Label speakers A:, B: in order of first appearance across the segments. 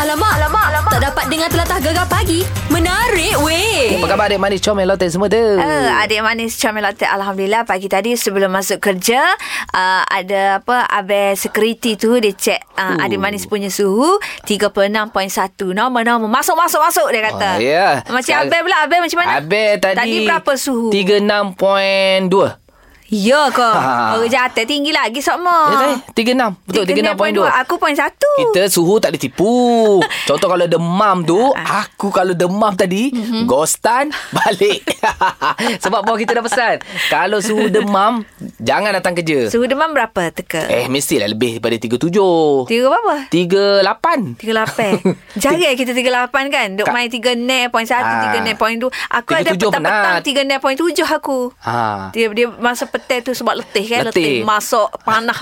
A: Alamak, alamak, alamak. Tak dapat dengar telatah gegar pagi. Menarik, weh.
B: Apa khabar adik manis comel lotek semua tu?
C: Uh, adik manis Comel Lotek Alhamdulillah pagi tadi sebelum masuk kerja uh, Ada apa Abel security tu Dia cek
B: Oh.
C: uh, adik manis punya suhu 36.1 Nombor-nombor Masuk masuk masuk Dia kata
B: Oh, ya.
C: Macam
B: Sekal-
C: Abel pula Abel macam mana
B: Habis tadi
C: Tadi berapa suhu
B: 36.2
C: Ya ke
B: Ha.
C: Orang jahat tinggi lagi sama
B: Ya tadi 36 Betul 36.2
C: Aku Ha. point satu
B: kita suhu tak ditipu. Contoh kalau demam tu,
C: Ah,
B: aku kalau demam tadi,
C: Mhm.
B: ghostan balik. Sebab bawah kita dah pesan, kalau suhu demam, jangan datang kerja.
C: Suhu demam berapa teka
B: Eh, mestilah lebih daripada 37.
C: Tiga berapa
B: 38.
C: 38 Jarang kita 38 kan Duk
B: Kak-
C: main 39.1
B: Ah.
C: 39.2 Aku ada
B: 37
C: petang-petang 39.7 aku
B: Ha.
C: Dia dia masa petai tu sebab letih kan Letih,
B: Letih.
C: masuk panah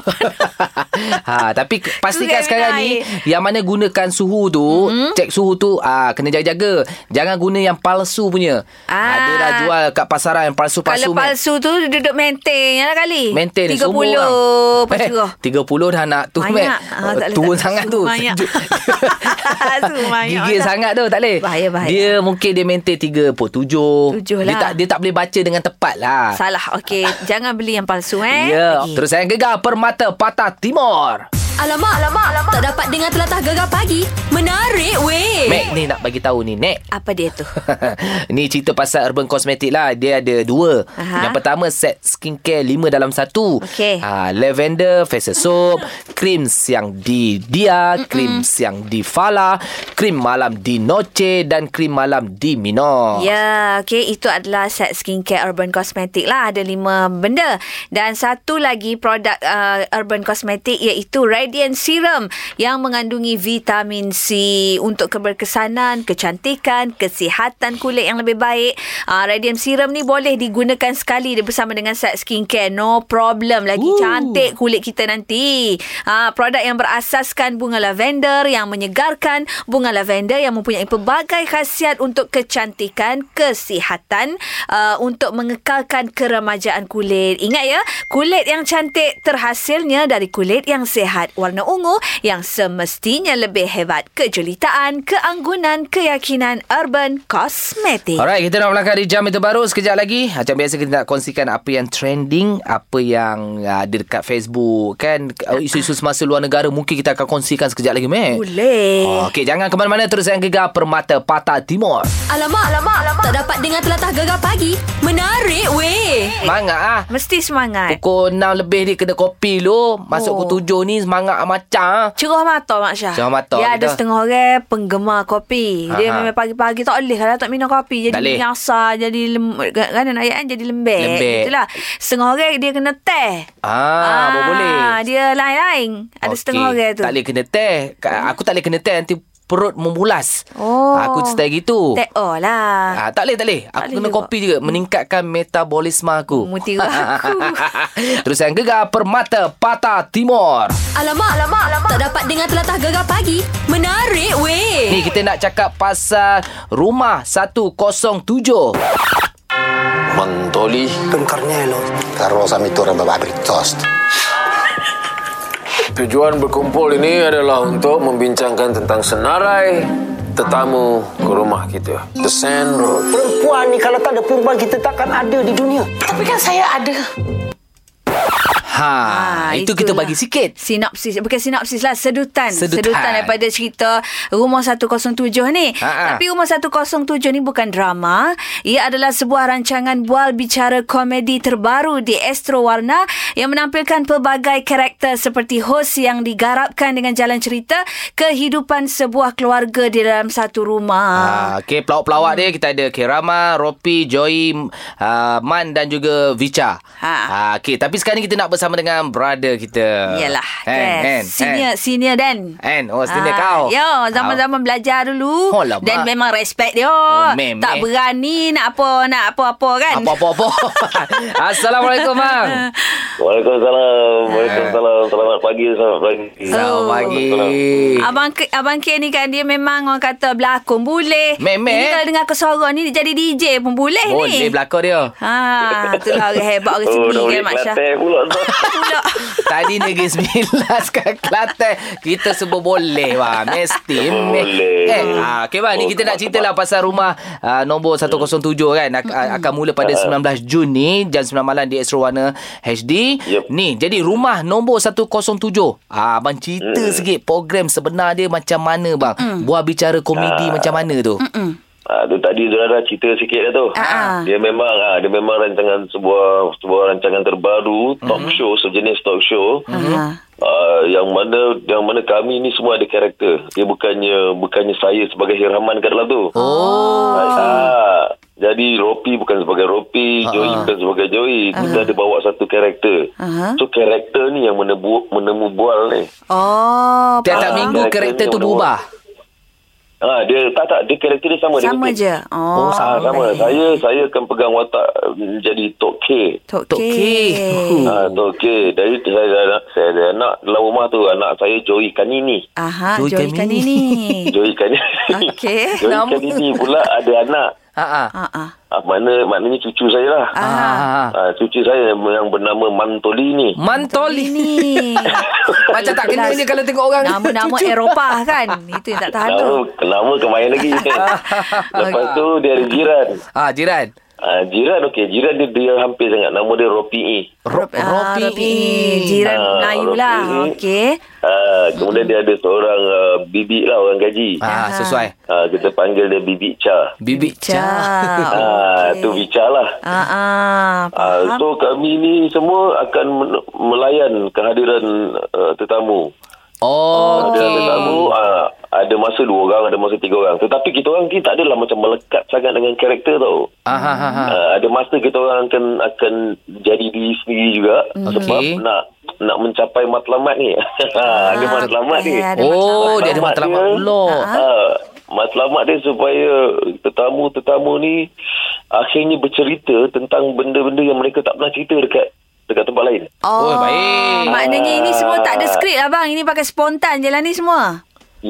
B: ha, tapi k- pastikan
C: Sungai
B: sekarang ni
C: Menai.
B: yang mana gunakan suhu tu, mm-hmm. cek suhu tu ah kena jaga-jaga. Jangan guna yang palsu punya.
C: Ah.
B: Ada dah jual kat pasaran yang palsu-palsu.
C: Kalau
B: Mac.
C: palsu tu dia duduk maintain ya lah kali
B: Maintain ni
C: 30
B: semua orang.
C: pencerah
B: eh, 30 dah nak tu
C: Banyak.
B: Mac.
C: Ah, tak boleh,
B: Turun
C: tak boleh.
B: sangat tu
C: Banyak.
B: Sejuk.
C: Suhu banyak
B: Gigit
C: dah.
B: sangat tu Tak boleh
C: Bahaya, bahaya.
B: Dia mungkin dia maintain 37
C: Tujuh
B: Dia
C: lah.
B: tak, dia tak boleh baca dengan tepat lah
C: Salah okey jangan beli yang palsu eh
B: Ya
C: Okey.
B: Terus saya gegar Permata Patah Timur
A: Alamak, alamak, alamak. Tak dapat dengar telatah gegar pagi. Menarik,
C: Eh?
A: weh.
B: Mac ni nak bagi tahu ni Nek
C: apa dia tu
B: ni cerita pasal Urban Cosmetic lah. Dia ada dua.
C: Aha.
B: Yang pertama set skincare lima dalam satu.
C: Okey.
B: Ah, lavender facial soap, krim siang di dia, krim siang di fala, krim malam di noche dan krim malam di minor.
C: Ya, okay. Itu adalah set skincare Urban Cosmetic lah. Ada lima benda. Dan satu lagi produk uh, Urban Cosmetic iaitu Radiant Serum yang mengandungi vitamin C untuk keberkesanan, kecantikan, kesihatan kulit yang lebih baik. Uh, Radiant Serum ni boleh digunakan sekali dia bersama dengan set skincare. No problem. Lagi
B: Ooh.
C: cantik kulit kita nanti. Uh, produk yang berasaskan bunga lavender yang menyegarkan. Bunga lavender yang mempunyai pelbagai khasiat untuk kecantikan, kesihatan, uh, untuk mengekalkan keremajaan kulit. Ingat ya, kulit yang cantik terhasilnya dari kulit yang sihat. Warna ungu yang semestinya lebih hebat. Kejelitaan, keanggunan, keyakinan urban kosmetik.
B: Alright, kita nak melangkah di jam itu baru sekejap lagi. Macam biasa kita nak kongsikan apa yang trending, apa yang ah, ada dekat Facebook kan. Ah, Isu-isu semasa luar negara mungkin kita akan kongsikan sekejap lagi, Mac.
C: Boleh.
B: Okey, jangan ke mana-mana terus yang gegar Permata Patah Timur.
A: Alamak, alamak, alamak. Tak dapat dengar telatah gegar pagi. Menarik, weh.
B: Semangat ah.
C: Mesti semangat.
B: Pukul 6 lebih ni kena kopi lu. Masuk oh.
C: Oh.
B: pukul 7 ni semangat ah macam ah.
C: Cerah mata Mak Syah
B: Cerah mata
C: Ya ada
B: kita.
C: setengah orang Penggemar kopi Dia
B: Aha.
C: memang pagi-pagi Tak boleh Kalau tak minum kopi
B: ha. Tak boleh.
C: Jadi menyasar Jadi lem, Kan anak ayat kan Jadi lembek
B: Lembek.
C: Itulah Setengah orang dia kena teh
B: Ah, baru boleh.
C: Dia lain-lain Ada
B: Okey,
C: setengah orang tu Hmm.
B: Tak boleh kena teh. Ka- Aku tak boleh kena teh nanti perut memulas.
C: Oh.
B: Aku cerita gitu.
C: Teh oh lah
B: Ah, tak boleh, tak boleh. Aku
C: boleh
B: kena
C: juga.
B: kopi juga. Meningkatkan metabolisme aku.
C: Mutiara aku.
B: Terus yang gegar Permata Patah Timur.
A: Alamak, alamak, alamak. Tak dapat dengar telatah gegar pagi. Menarik, weh.
B: Ni kita nak cakap pasal rumah 107.
D: Mandoli
E: Don Cornelo.
D: Carlos Amitura Babri Toast
F: Tujuan berkumpul ini adalah untuk membincangkan tentang senarai tetamu ke rumah kita. The Sand Road.
E: Perempuan ni kalau tak ada perempuan kita takkan ada di dunia.
G: Tapi kan saya ada.
B: Ha, itu
C: Ah,
B: kita
C: itulah.
B: bagi sikit.
C: Sinopsis Bukan sinopsis lah Sedutan
B: Sedutan.
C: Sedutan daripada cerita Rumah 107 ni
B: Ha, ha.
C: Tapi Rumah 107 ni bukan drama Ia adalah sebuah rancangan Bual bicara komedi terbaru Di Astro Warna Yang menampilkan pelbagai karakter Seperti hos yang digarapkan Dengan jalan cerita Kehidupan sebuah keluarga Di dalam satu rumah
B: Ah, okay, pelawak-pelawak dia kita ada Kerama, Ropi, Joy, uh, Man dan juga Vicha.
C: Ha.
B: Ah, okay, tapi sekarang ni kita nak bersama dengan brother kita.
C: Yalah
B: Kan, kan,
C: yes. Senior
B: kan.
C: Senior Dan
B: Kan? Oh, senior
C: Ah,
B: kau.
C: Ya, zaman-zaman belajar dulu.
B: Oh, lama.
C: Dan memang respect dia.
B: mem,
C: tak
B: mem.
C: berani nak apa, nak apa-apa kan.
B: Apa-apa-apa. Assalamualaikum, bang.
H: Waalaikumsalam. Waalaikumsalam. Selamat
G: Selamat pagi, selamat pagi.
B: Selamat pagi.
C: Abang K- Abang K ni kan dia memang orang kata berlakon boleh.
B: Memek.
C: Ini kalau dengar kesorang ni dia jadi DJ pun boleh ni.
B: Boleh belakang dia.
C: Ha, itulah orang hebat orang
G: Oh,
C: sini
G: dah
C: kan
G: boleh
C: Mak Syah.
G: Kelantan pula tu.
C: Pula.
B: Tadi Negeri Sembilan sekarang Kelantan. Kita semua boleh bang. Mesti.
G: Semua
B: meh.
G: boleh.
B: Eh, ah, okay bang. Ni
G: Oh,
B: kita nak
G: sebab- Hmm.
B: cerita lah pasal rumah ah, nombor 107 kan. Ak- akan mula pada 19
G: Ah.
B: Jun ni. Jam 9 malam di Astro Warna HD.
G: Yep.
B: Ni. Jadi rumah nombor 107. Ah, abang cerita
G: Hmm.
B: sikit program sebenar dia macam mana bang. Buah bicara komedi macam mana tu.
G: Ah, tu tadi Zura dah cerita sikit dah tu.
C: Ah.
G: Dia memang ah, dia memang rancangan sebuah sebuah rancangan terbaru, talk
C: Mhm.
G: show sejenis talk show.
C: Ah.
G: Uh, yang mana yang mana kami ni semua ada karakter. Dia bukannya bukannya saya sebagai Hiraman kat dalam tu. Oh. Ah, jadi Ropi bukan sebagai Ropi, Joey bukan sebagai Joey. Kita ada bawa satu karakter.
C: Ah.
G: So karakter ni yang menebu menemu bual ni.
C: Oh,
B: Tiap-tiap
G: Ah,
C: faham.
B: minggu karakter
G: karakter
B: tu
G: ni
B: berubah.
G: Ha, dia tak tak dia karakter dia sama
C: Sama
G: dia. betul.
C: je. Oh,
G: Ah, sama.
C: baik.
G: Saya saya akan pegang watak mm, jadi Tok K.
C: Tok
B: Tok
C: K.
B: K.
C: Hmm.
G: Ah, Tok K. Dari saya ada anak, saya ada anak dalam rumah tu anak saya Joey Kanini.
C: Aha,
B: Joy
C: Joy
B: Kanini.
C: Kanini.
G: Joey Kanini.
C: Okey.
G: Joey
B: Nama.
G: Kanini pula ada anak.
B: Ha ah.
C: Ah, ah.
G: Ah, mana maknanya cucu saya lah.
B: Ah. ah.
G: Ah, cucu saya yang- yang bernama Mantolini.
B: Mantoli.
C: Ini.
B: Macam tak kena je kalau tengok orang.
C: Nama-nama
B: Cucu.
C: Eropah kan. Itu yang tak tahan tu.
G: Lama, lama kemain lagi. Lepas tu dia ada jiran.
B: Ah, jiran.
G: Ah, jiran okey, jiran dia, dia hampir sangat nama dia Ropi.
B: Ro-
C: Ah,
B: Ropi.
C: Ropi. Jiran
G: Ah,
C: Melayu lah.
G: Ropi.
C: Okey.
G: Ah, kemudian dia ada seorang uh, bibi lah orang gaji.
B: Ah, sesuai.
G: Ah, kita panggil dia Bibi Cha.
B: Bibik Cha.
G: Ah,
C: Cak.
G: tu Bica lah.
C: Ah, ah,
G: Ah,
C: faham.
G: so kami ni semua akan men- melayan kehadiran uh, tetamu.
B: Oh,
G: Ada tetamu, ah, ada masa dua orang, ada masa tiga orang. Tetapi kita orang ni tak adalah macam melekat sangat dengan karakter tau.
B: ah, ha, ha, ha.
G: Ah, ada masa kita orang akan akan jadi diri sendiri juga sebab
B: Okey.
G: nak nak mencapai matlamat ni. Ah, ada matlamat ni.
C: okey, ada
B: Oh,
G: matlamat.
B: dia ada matlamat
G: Matlamat dia.
B: pula.
G: Ah, matlamat dia supaya tetamu-tetamu ni akhirnya bercerita tentang benda-benda yang mereka tak pernah cerita dekat dekat tempat lain.
B: Oh, baik.
C: Ah, Maknanya ini semua tak ada skrip lah
G: Ah.
C: bang. Ini pakai spontan je lah ni semua.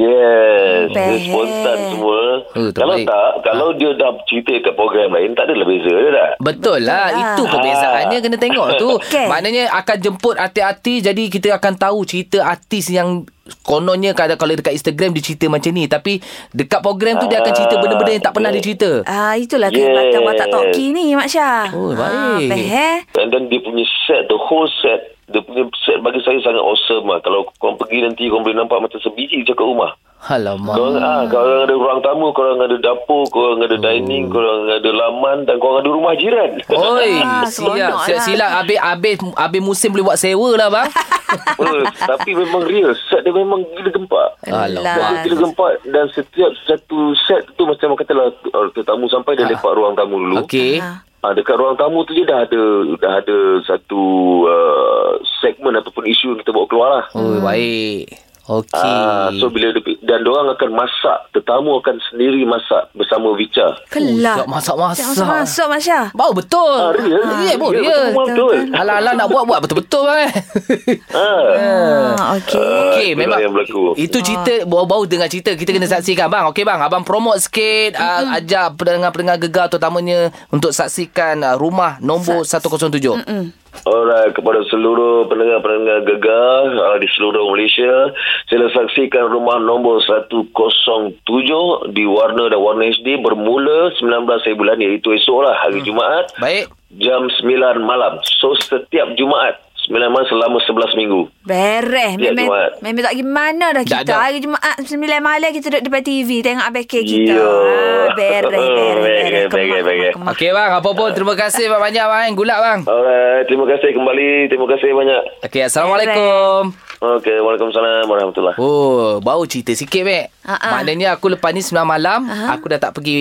G: Yes,
C: Best.
G: dia spontan semua.
B: Eh, terbaik. Ah.
G: kalau tak, kalau dia dah cerita kat program lain, tak adalah beza dia tak?
B: Betul lah.
C: Betul lah.
B: Itu perbezaannya kena tengok tu.
C: Okey.
B: Maknanya akan jemput hati-hati jadi kita akan tahu cerita artis yang kononnya kadang kalau dekat Instagram dia cerita macam ni tapi dekat program tu dia akan
G: Ah,
B: cerita benda-benda yang tak pernah dia cerita.
C: Ah, itulah kehebatan
G: Yes.
C: watak Tok Ki ni, Mak Syah.
B: Oh,
C: Ah,
B: baik.
C: beh.
G: And then dia punya set, the whole set, dia punya set bagi saya sangat awesome lah. Kalau korang pergi nanti, korang boleh nampak macam sebiji je kat rumah.
B: Alamak.
G: Korang, ah, korang ada ruang tamu, korang ada dapur, korang ada dining, korang ada laman dan korang ada rumah jiran.
B: Oh. Oi,
C: Ah, seronok
B: siap,
C: lah.
B: siap, silap habis habis habis musim boleh buat sewa lah bang.
G: Eh, tapi memang real, set dia memang gila gempak.
B: Alamak.
G: Set dia gila gempak dan setiap satu set tu macam kata lah eh, tetamu sampai dia lepak ruang tamu dulu.
B: Ah. Okey.
C: Ah.
G: Ha, dekat ruang tamu tu je dah ada dah ada satu uh, segmen ataupun isu yang kita bawa keluar lah.
B: Oh,
C: Hmm.
B: baik. Okey.
G: Ah, so bila dia- dan orang akan masak, tetamu akan sendiri masak bersama Vicha.
C: Kelak.
B: Oh, siap masak-masak.
C: Siap masak-masak, Mak Syah.
B: Bau betul.
G: Ah, real.
B: Ya, bau
G: Real,
B: real.
G: betul, betul.
B: Alah-alah nak buat buat betul-betul bang. eh.
G: Ah.
C: Ah, okey.
B: Okey,
G: itulah
B: memang
G: yang berlaku.
B: itu cerita bau-bau dengan cerita kita kena saksikan bang. Okey bang, abang promote sikit ah, ajak pendengar-pendengar gegar terutamanya untuk saksikan ah, rumah nombor 107.
G: Alright, kepada seluruh pendengar-pendengar gegar uh, di seluruh Malaysia, sila saksikan rumah nombor 107 di Warna dan Warna HD bermula 19 hari bulan iaitu esok lah hari Jumaat
B: Baik.
G: jam 9 malam. So setiap Jumaat 9 malam selama 11 minggu.
C: Bereh
G: Ya,
C: Memang
G: Jumaat.
C: Memang tak gimana dah
B: Tak
C: kita
B: ada.
C: Hari Jumaat 9 malam Kita duduk depan TV Tengok abang K kita
G: Yo.
C: Ah,
G: Oh,
C: Bereh Bereh Bereh
G: Bereh,
C: Kemak,
G: bereh, bereh.
C: kemak, kemak.
B: Okey bang, apa pun terima kasih banyak-banyak bang. eh, Gulak bang.
G: Alright, terima kasih kembali. Terima kasih banyak.
B: Okey, assalamualaikum.
G: Okey, Waalaikumsalam warahmatullahi
B: Oh, baru cerita sikit, Mek.
C: Ha,
G: Ah,
C: ha.
B: Maknanya aku lepas ni 9 malam, aku dah tak pergi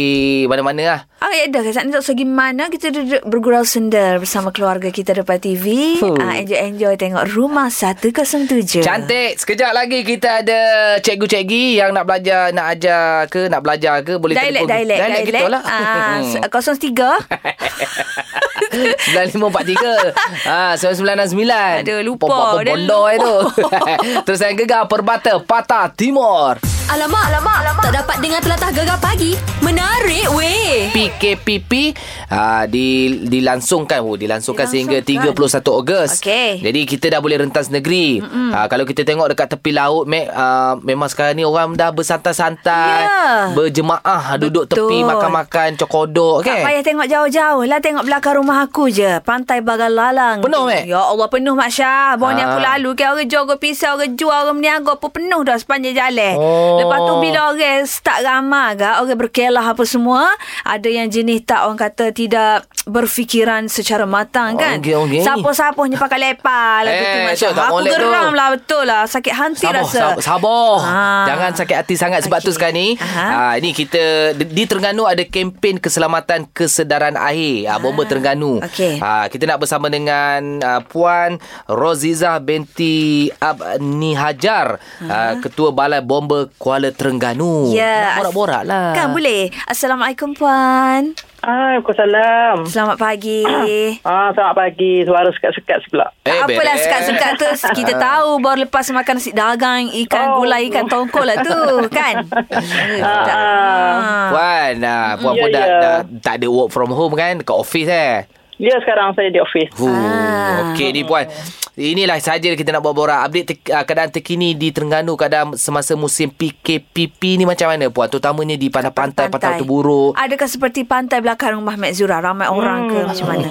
B: mana-mana lah.
C: Ah, ya dah kat sana tak usah gimana Kita duduk bergurau sendal Bersama keluarga kita depan TV
B: Huh.
C: ah, Enjoy-enjoy tengok Rumah 107
B: Cantik. Sekejap lagi kita ada cikgu-cikgi yang nak belajar, nak ajar ke, nak belajar ke. Boleh
C: Dialek,
B: telefon.
C: dialek,
B: dialek.
C: dialek.
B: kita lah.
C: Ah,
B: Hmm.
C: 03.
B: 9543 ha, 999
C: Ada lupa
B: Pokok-pokok
C: Dia
B: bodoh eh tu
C: lupa.
B: Terus saya gegar Perbata Patah Timur.
A: Alamak, alamak, alamak. Tak dapat dengar telatah gegar pagi. Menarik weh.
B: PKPP uh, di dilangsungkan oh, dilangsungkan, sehingga 31 Ogos.
C: Okey.
B: Jadi kita dah boleh rentas negeri. Uh, kalau kita tengok dekat tepi laut me, uh, memang sekarang ni orang dah bersantai-santai,
C: Ya.
B: berjemaah duduk
C: Betul.
B: tepi makan-makan cokodok
C: Okay. Tak payah
B: kan.
C: tengok jauh-jauh lah Tengok belakang rumah aku je Pantai Bagalalang
B: Penuh, Mat?
C: Ya Allah penuh Mak Syah Bawa ni
B: Ah.
C: aku lalu kan Orang jauh, orang pisau, orang jual, orang meniaga Apa penuh dah sepanjang jalan
B: Oh.
C: Lepas tu bila orang start ramah ke Orang berkelah apa semua Ada yang jenis tak orang kata Tidak berfikiran secara matang kan
B: Oh, Okey, okey.
C: Siapa-siapa ni pakai lepak lah
B: Eh,
C: tu, Mak
B: tu
C: Syah
B: tak
C: Aku
B: molek tu.
C: geram lah betul lah Sakit hati
B: Sabar,
C: rasa
B: sabar, sabar.
C: Ah.
B: Jangan sakit hati sangat sebab
C: Okey.
B: tu sekarang ni.
C: Aha.
B: Ah ini kita di- di Terengganu ada kempen keselamatan kesedaran air, ah bomba Terengganu.
C: Okey.
B: Ah kita nak bersama dengan ah, puan Roziza binti Abni Hajar, ah, ketua Balai Bomba Kuala Terengganu.
C: Ya.
B: Oh, Nak borak-borak lah. Hmm.
C: Kan boleh Assalamualaikum Puan
H: Waalaikumsalam.
C: Selamat pagi
H: Ah, selamat pagi. Suara sekat-sekat sebelah.
B: Eh,
C: Tak apalah
B: beres.
C: sekat-sekat lah tu Kita tahu baru lepas makan nasi dagang Ikan
H: Oh.
C: gulai, ikan tongkol lah tu Kan Eh,
H: Ah,
C: tak.
B: Puan, ah, puan
H: Ya,
B: pun dah,
H: ya.
B: dah tak ada work from home kan, dekat office eh.
H: Ya, sekarang saya di office.
B: Huh,
C: Ah.
B: Okey ni puan. Inilah saja kita nak borak-borak update te- ah, keadaan terkini di Terengganu keadaan semasa musim PKPP ni macam mana puan? Terutamanya di pantai-pantai pantai Batu Buruk.
C: Adakah seperti pantai belakang rumah Mek Zura Ramai orang
H: Hmm.
C: ke macam mana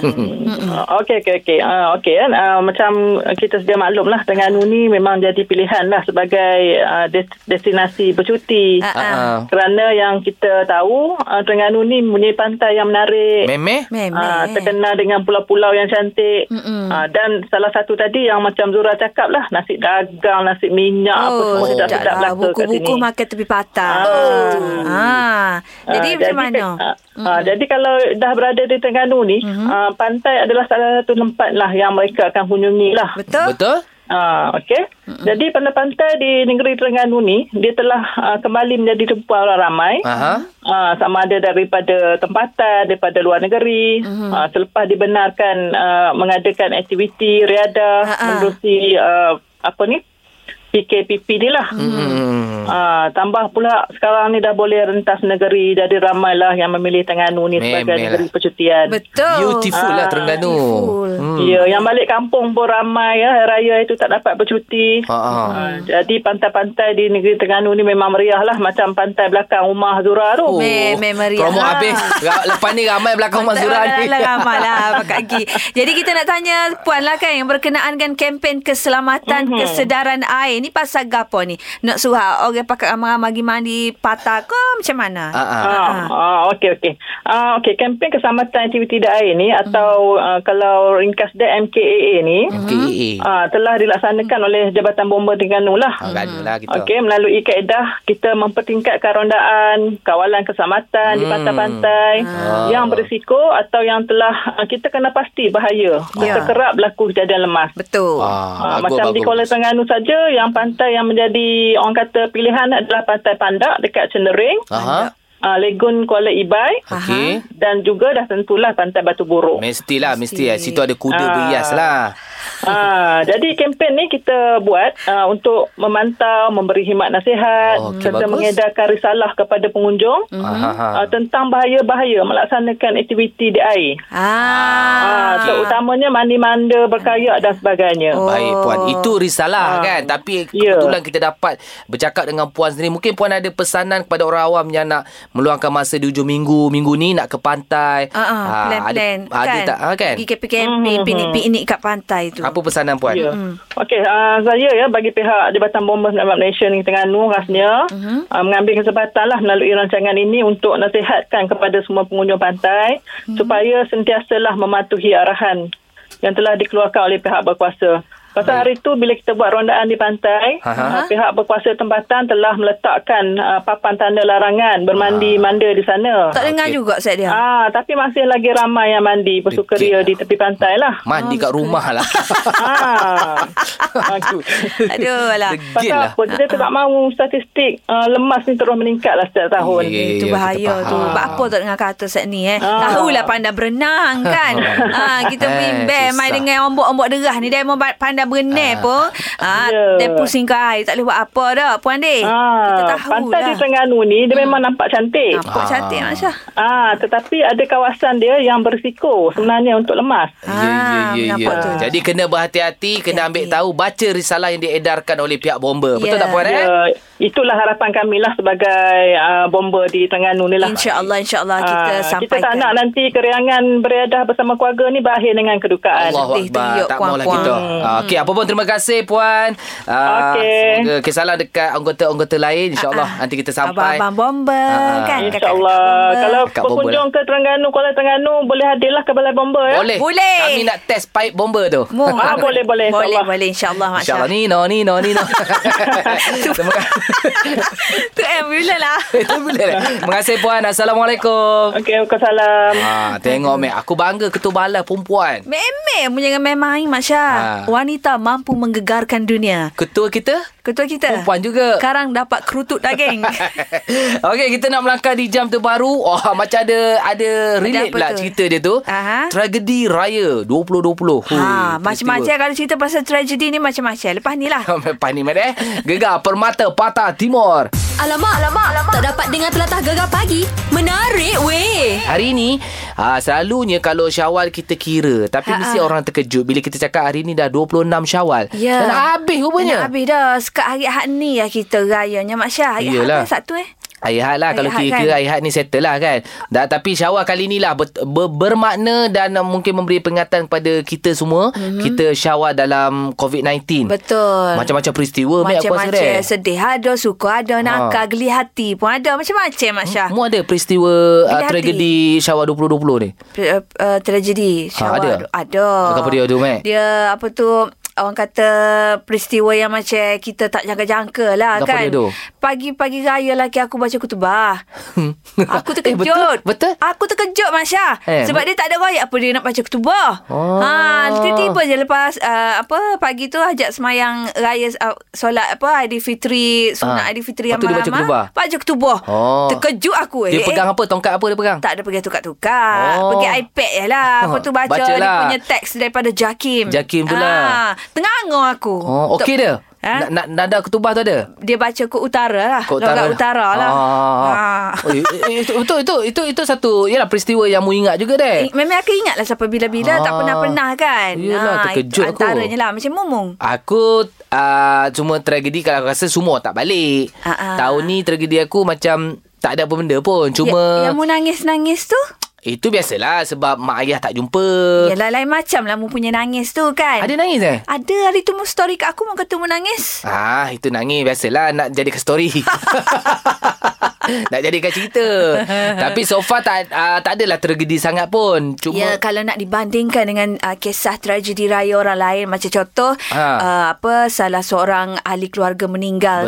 H: Ah, Okey, okey, okey. Ah, okey kan. Ah, macam kita sedia maklum lah, Terengganu ni memang jadi pilihan lah sebagai ah, des- destinasi bercuti.
C: Ah, ah.
B: ah.
H: Kerana yang kita tahu, ah, Terengganu ni mempunyai pantai yang menarik.
B: Memeh?
C: Eh,
H: Ah,
C: Memang
H: terkenal dengan pulau-pulau yang cantik ah, dan salah satu tadi yang macam Zura cakap lah nasi dagang nasi minyak apa semua
C: Oh,
H: sedap-sedap
C: sedap lah.
H: belaka kat
C: Buku-buku
H: sini.
C: makan tepi patah.
H: Ah.
C: Ah. Jadi
H: Ah,
C: macam mana?
H: ah, ah, jadi kalau dah berada di Terengganu ni, ah, pantai adalah salah satu tempat lah yang mereka akan kunjungi lah.
C: Betul?
B: Betul?
H: Ah, okay. Jadi pantai-pantai di negeri Terengganu ni, dia telah ah, kembali menjadi tempat orang ramai.
B: Aha.
H: Ah, sama ada daripada tempatan, daripada luar negeri. Ah, selepas dibenarkan ah, mengadakan aktiviti riadah
C: Ah, ah.
H: menerusi ah, apa ni? PKPP ni lah.
B: Hmm.
H: Ah, tambah pula sekarang ni dah boleh rentas negeri jadi ramailah yang memilih Terengganu ni sebagai
B: Memelah.
H: negeri percutian.
C: Betul.
B: Beautiful
H: Ah,
B: lah Terengganu.
C: beautiful.
B: Hmm.
H: Ya, yang balik kampung pun ramai ya. Hari Raya itu tak dapat bercuti.
B: Ha, ha.
H: Ah, jadi pantai-pantai di negeri Terengganu ni memang meriah lah. Macam pantai belakang rumah Zura
B: Oh,
H: tu.
C: Meh- meh meriah.
B: Promo
C: Ah.
B: habis. Ra- Lepas ni ramai belakang
C: Tak
B: Mak Zura
C: ramai
B: ni.
C: Lah, ramai lah pakat gigi. Jadi kita nak tanya Puan lah kan yang berkenaan dengan kempen keselamatan
B: Mhm.
C: mm-hmm. kesedaran air. Ni pasal gapo ni? Nak suruh orang pakai ramai-ramai pergi mandi patah ke macam mana?
B: Ah, ah.
H: Ah, ah, okey okey. Ah okey, kempen keselamatan aktiviti daerah ni atau ah, kalau ringkas dia MKAA ni
B: Okey. eh,
H: ah telah dilaksanakan oleh Jabatan Bomba Terengganu lah.
B: Ha, gadulah kita.
H: Okey, melalui kaedah kita mempertingkatkan rondaan, kawalan keselamatan di pantai-pantai
B: Hmm. Ah.
H: yang berisiko atau yang telah ah, kita kena pasti bahaya.
C: Ya.
H: Yeah. Kerap berlaku kejadian lemas.
C: Betul.
B: Ah,
H: Ah,
B: bagus,
H: macam di
B: bagus.
H: Kuala Terengganu saja yang pantai yang menjadi orang kata pilihan adalah pantai Pandak dekat Cenering,
B: Aha.
H: ah, Legun Kuala Ibai
B: Okey.
H: dan juga dah tentulah pantai Batu Buruk.
B: Mestilah, mesti.
C: Mesti.
B: eh. Situ ada kuda
H: Ah.
B: berias lah.
H: ah, jadi kempen ni kita buat ah, untuk memantau, memberi himat nasihat
B: Oh, okey,
H: serta
B: bagus. Hmm.
H: mengedarkan risalah kepada pengunjung
B: Aha, aha.
H: ah, tentang bahaya-bahaya melaksanakan aktiviti di air.
C: Ah.
H: Ah, terutamanya mandi manda, berkayak dan sebagainya.
C: Oh. Ah.
B: Baik puan, itu risalah kan. Tapi
H: Ya.
B: kebetulan kita dapat bercakap dengan puan sendiri. Mungkin puan ada pesanan kepada orang awam yang nak meluangkan masa di hujung minggu, minggu ni nak ke pantai.
C: Ah, ah,
B: Ah,
C: plan-plan
B: Ada, ada tak ha, kan?
C: Pergi camping-camping
H: Mhm.
C: Piknik-piknik kat pantai tu
B: Apa pesanan puan?
H: Ya. Okey, uh, saya ya bagi pihak Jabatan Bomba Senaman Malaysia ni Terengganu rasanya uh-huh. uh, mengambil kesempatan lah melalui rancangan ini untuk nasihatkan kepada semua pengunjung pantai uh-huh. supaya sentiasalah mematuhi arahan yang telah dikeluarkan oleh pihak berkuasa. Pasal hari tu bila kita buat rondaan di pantai,
B: Aha.
H: uh, pihak berkuasa tempatan telah meletakkan uh, papan tanda larangan bermandi manda di sana.
C: Tak dengar
B: Okey.
C: juga set dia
H: Ah, tapi masih lagi ramai yang mandi bersukaria di tepi pantai lah.
B: Mandi kat rumah lah.
H: ah. Okay.
C: Aduh alah
B: Degil
H: Pasal
B: lah.
H: apa? Kita
C: Ah,
H: tak mahu statistik uh, lemas ni terus meningkat lah setiap
B: Ya,
H: tahun.
B: ya,
C: Itu
B: ya,
C: bahaya
B: kita
C: tu
B: faham.
C: Buat apa tak dengar kata set ni eh
H: Ah.
C: Tahulah pandai berenang kan ha, Kita
B: Eh,
C: bimbang Main
B: susah.
C: dengan ombak-ombak derah ni Dia memang pandai dah berenai pun. Ah,
H: Ya.
C: Tempoh singkai. Tak boleh buat apa dah. Puan Dek. Eh, kita
H: Ah,
C: tahu
H: pantai
C: lah.
H: di Terengganu ni dia memang nampak cantik.
C: Nampak
B: Ah.
C: cantik Masya.
H: Ah, tetapi ada kawasan dia yang berisiko sebenarnya untuk lemas.
B: Ya, ya,
C: Ah,
B: ya, ya.
C: nampak tu.
B: Jadi kena berhati-hati, kena ambil tahu baca risalah yang diedarkan oleh pihak bomba. Betul
C: Ya.
B: tak puan eh?
H: Ya, itulah harapan kami lah sebagai uh, bomber di Terengganu ni lah.
C: InsyaAllah, insyaAllah
H: Ah,
C: kita sampaikan. Ah,
H: Kita tak nak lah. nanti keriangan beredah bersama keluarga ni berakhir dengan
C: Ah,
H: kedukaan.
B: Allah
C: sedih,
B: Akbar.
C: teriuk,
B: Tak maulah
C: puan-puan.
B: kita. Ah, Okey, apa pun terima kasih puan. Ah,
H: Okey.
B: Semoga kesalahan dekat anggota-anggota lain. InsyaAllah
C: Ah, ah.
B: nanti kita sampai.
C: Abang-abang bomba
B: Ah, ah.
C: kan. kakak-kakak
H: InsyaAllah.
C: bomba.
H: Kalau
B: Dekat bomba lah.
H: berkunjung ke Terengganu, Kuala Terengganu, boleh hadirlah ke Balai Bomber ya.
B: Boleh.
C: Boleh.
B: Kami nak test pipe bomba tu.
C: Mu.
H: Ah, boleh,
C: Boleh,
H: boleh, insyaAllah.
C: boleh. InsyaAllah, Masya.
B: InsyaAllah. Nino, Nino, Nino. terima kasih.
C: tu ambulan lah.
B: Itu boleh lah. Terima kasih puan. Assalamualaikum.
H: Okey, Waalaikumsalam.
B: Ah, tengok Mek, aku bangga ketua bala perempuan.
C: Memang punya dengan main-main Masya.
B: Ah.
C: Wanita mampu menggegarkan dunia.
B: Ketua kita?
C: Ketua kita.
B: Perempuan juga.
C: Sekarang dapat kerutut daging.
B: Okey, kita nak melangkah di jam terbaru. Oh, macam ada ada relate
C: apa
B: pula
C: tu?
B: cerita dia tu.
C: Aha.
B: Tragedi Raya 2020. Hui,
C: ha, macam-macam
B: peristiwa.
C: kalau cerita pasal tragedi ni macam-macam. Lepas ni lah.
B: Panik Mat eh. Gegar Permata Patah Timur.
A: Alamak, alamak, alamak. Tak dapat dengar telatah gegar pagi. Menarik weh.
B: Hari ni aa, Selalunya kalau syawal kita kira Tapi
C: Ha-ha.
B: mesti orang terkejut Bila kita cakap hari ni dah 26 syawal Dah nak habis rupanya
C: Ya. Dah nak habis dah. Sekat hari Ahad ni lah kita rayanya Masya. Hari
B: Yelah.
C: Ahad kan Sabtu eh.
B: Ayat lah kalau
C: Ayat
B: kira-kira
C: kan?
B: ayat ni settle lah kan. Dah tapi syawal kali ni lah ber, ber, bermakna dan uh, mungkin memberi peringatan kepada kita semua. Mm-hmm. Kita syawal dalam COVID-19.
C: Mhm. Betul.
B: Macam-macam peristiwa Mek aku Ha. rasa
C: Macam-macam
B: dia.
C: Sedih ada Suka ada Nakal Geli hati pun ada Macam-macam Masya
B: Mu ada peristiwa
C: Bila
B: uh,
C: hati?
B: tragedi Syawal 2020 ni?
C: uh, uh, tragedi
B: Ha, ada?
C: Syawal ada.
B: Apa dia tu, Mac?
C: Dia apa tu orang kata peristiwa yang macam kita tak jangka-jangka lah
B: Apa
C: kan.
B: dia tu?
C: Pagi-pagi raya laki aku baca kutubah. aku
B: Eh,
C: terkejut.
B: betul? Betul?
C: Aku terkejut Masya.
B: Eh,
C: sebab
B: ma-
C: dia tak ada royak apa dia nak baca kutubah.
B: Oh.
C: Ha, tiba-tiba je lepas uh, apa pagi tu ajak semayang raya uh, solat apa Aidilfitri sunat
B: Ah.
C: Aidilfitri
B: Lepas tu dia baca kutubah?
C: Baca kutubah.
B: Oh.
C: Terkejut aku.
B: Dia
C: Eh,
B: pegang apa? Tongkat apa dia pegang?
C: tak ada pergi tukar-tukar.
B: Oh.
C: Oh. Pergi iPad je lah. Lepas tu baca
B: Bacalah.
C: dia punya teks daripada Jakim.
B: Jakim pula.
C: Ah, Tengah-angah aku.
B: Oh, okey
C: Tok-
B: dia.
C: Ha?
B: Ha? Nak nada ketubah tu ada?
C: Dia baca ke utara lah.
B: Kau
C: Logat utara lah. Ah.
B: Ah. Eh, eh, itu, itu itu itu itu satu yalah peristiwa yang mu ingat juga deh.
C: Eh, Memang aku ingat lah sampai bila-bila. Tak
B: Ah.
C: pernah-pernah kan.
B: Yelah,
C: Ah,
B: terkejut
C: itu
B: aku.
C: Antaranya lah. Macam mumung.
B: Aku uh, cuma tragedi kalau aku rasa semua tak balik.
C: Ah, ah.
B: Tahun ni tragedi aku macam tak ada apa benda pun. Cuma
C: Ya, yang mu nangis-nangis tu.
B: itu biasalah sebab mak ayah tak jumpa.
C: Yelah lain macam lah mu punya nangis tu kan.
B: Eh. Ada nangis eh?
C: Ada hari tu mu story kat aku mu kata mu nangis.
B: Ah, itu nangis biasalah nak jadikan story. nak jadikan cerita. Tapi so far tak uh, tak adalah tragedi sangat pun. Cuma
C: Ya, kalau nak dibandingkan dengan uh, kisah tragedi raya orang lain macam contoh
B: Ha.
C: ha. uh, apa salah seorang ahli keluarga meninggal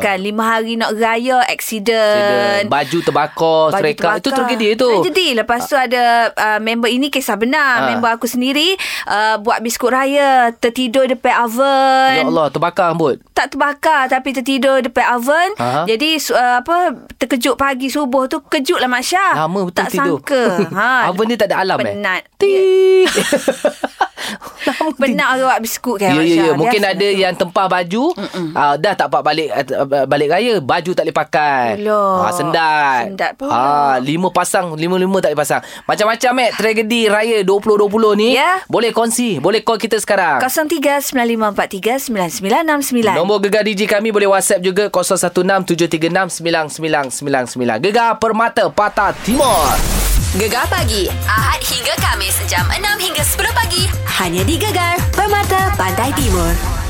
C: ke kan lima hari nak raya
B: Accident,
C: aksiden
B: baju terbakar,
C: kan. baju
B: sereka. Itu
C: terbakar.
B: tragedi itu.
C: Tragedi. Lepas tu ada uh, member ini kisah benar.
B: Ha.
C: Member aku sendiri uh, buat biskut raya, tertidur depan oven.
B: Ya Allah, terbakar rambut.
C: tak terbakar tapi tertidur depan oven.
B: Aha.
C: Jadi su- uh, apa terkejut pagi subuh tu kejutlah Mak Syah.
B: Lama betul
C: Ah, tak
B: tidur.
C: sangka. Ha.
B: Oven ni tak ada alarm, eh?
C: Penat. Ya,
B: Tik.
C: Penat orang buat biskut kan Mak
B: Ya, ya,
C: Syah.
B: ya. Mungkin
C: Biasalah
B: ada
C: tu.
B: yang tempah baju, uh, dah tak dapat balik uh, balik raya, baju tak boleh pakai.
C: Alah.
B: Ah, sendat.
C: Sendat pula.
B: Ah, lima pasang, lima-lima tak boleh pasang. Macam-macam, Mat, tragedi raya 2020 ni.
C: Ya.
B: Boleh kongsi, boleh call kita sekarang.
C: 0395439969.
B: Nombor Gegar DJ kami boleh WhatsApp juga 0167369999. Gegar Permata Patah Timur.
A: Gegar pagi. Ahad hingga Kamis. Jam 6 hingga 10 pagi. Hanya di Gegar. Permata Pantai Timur.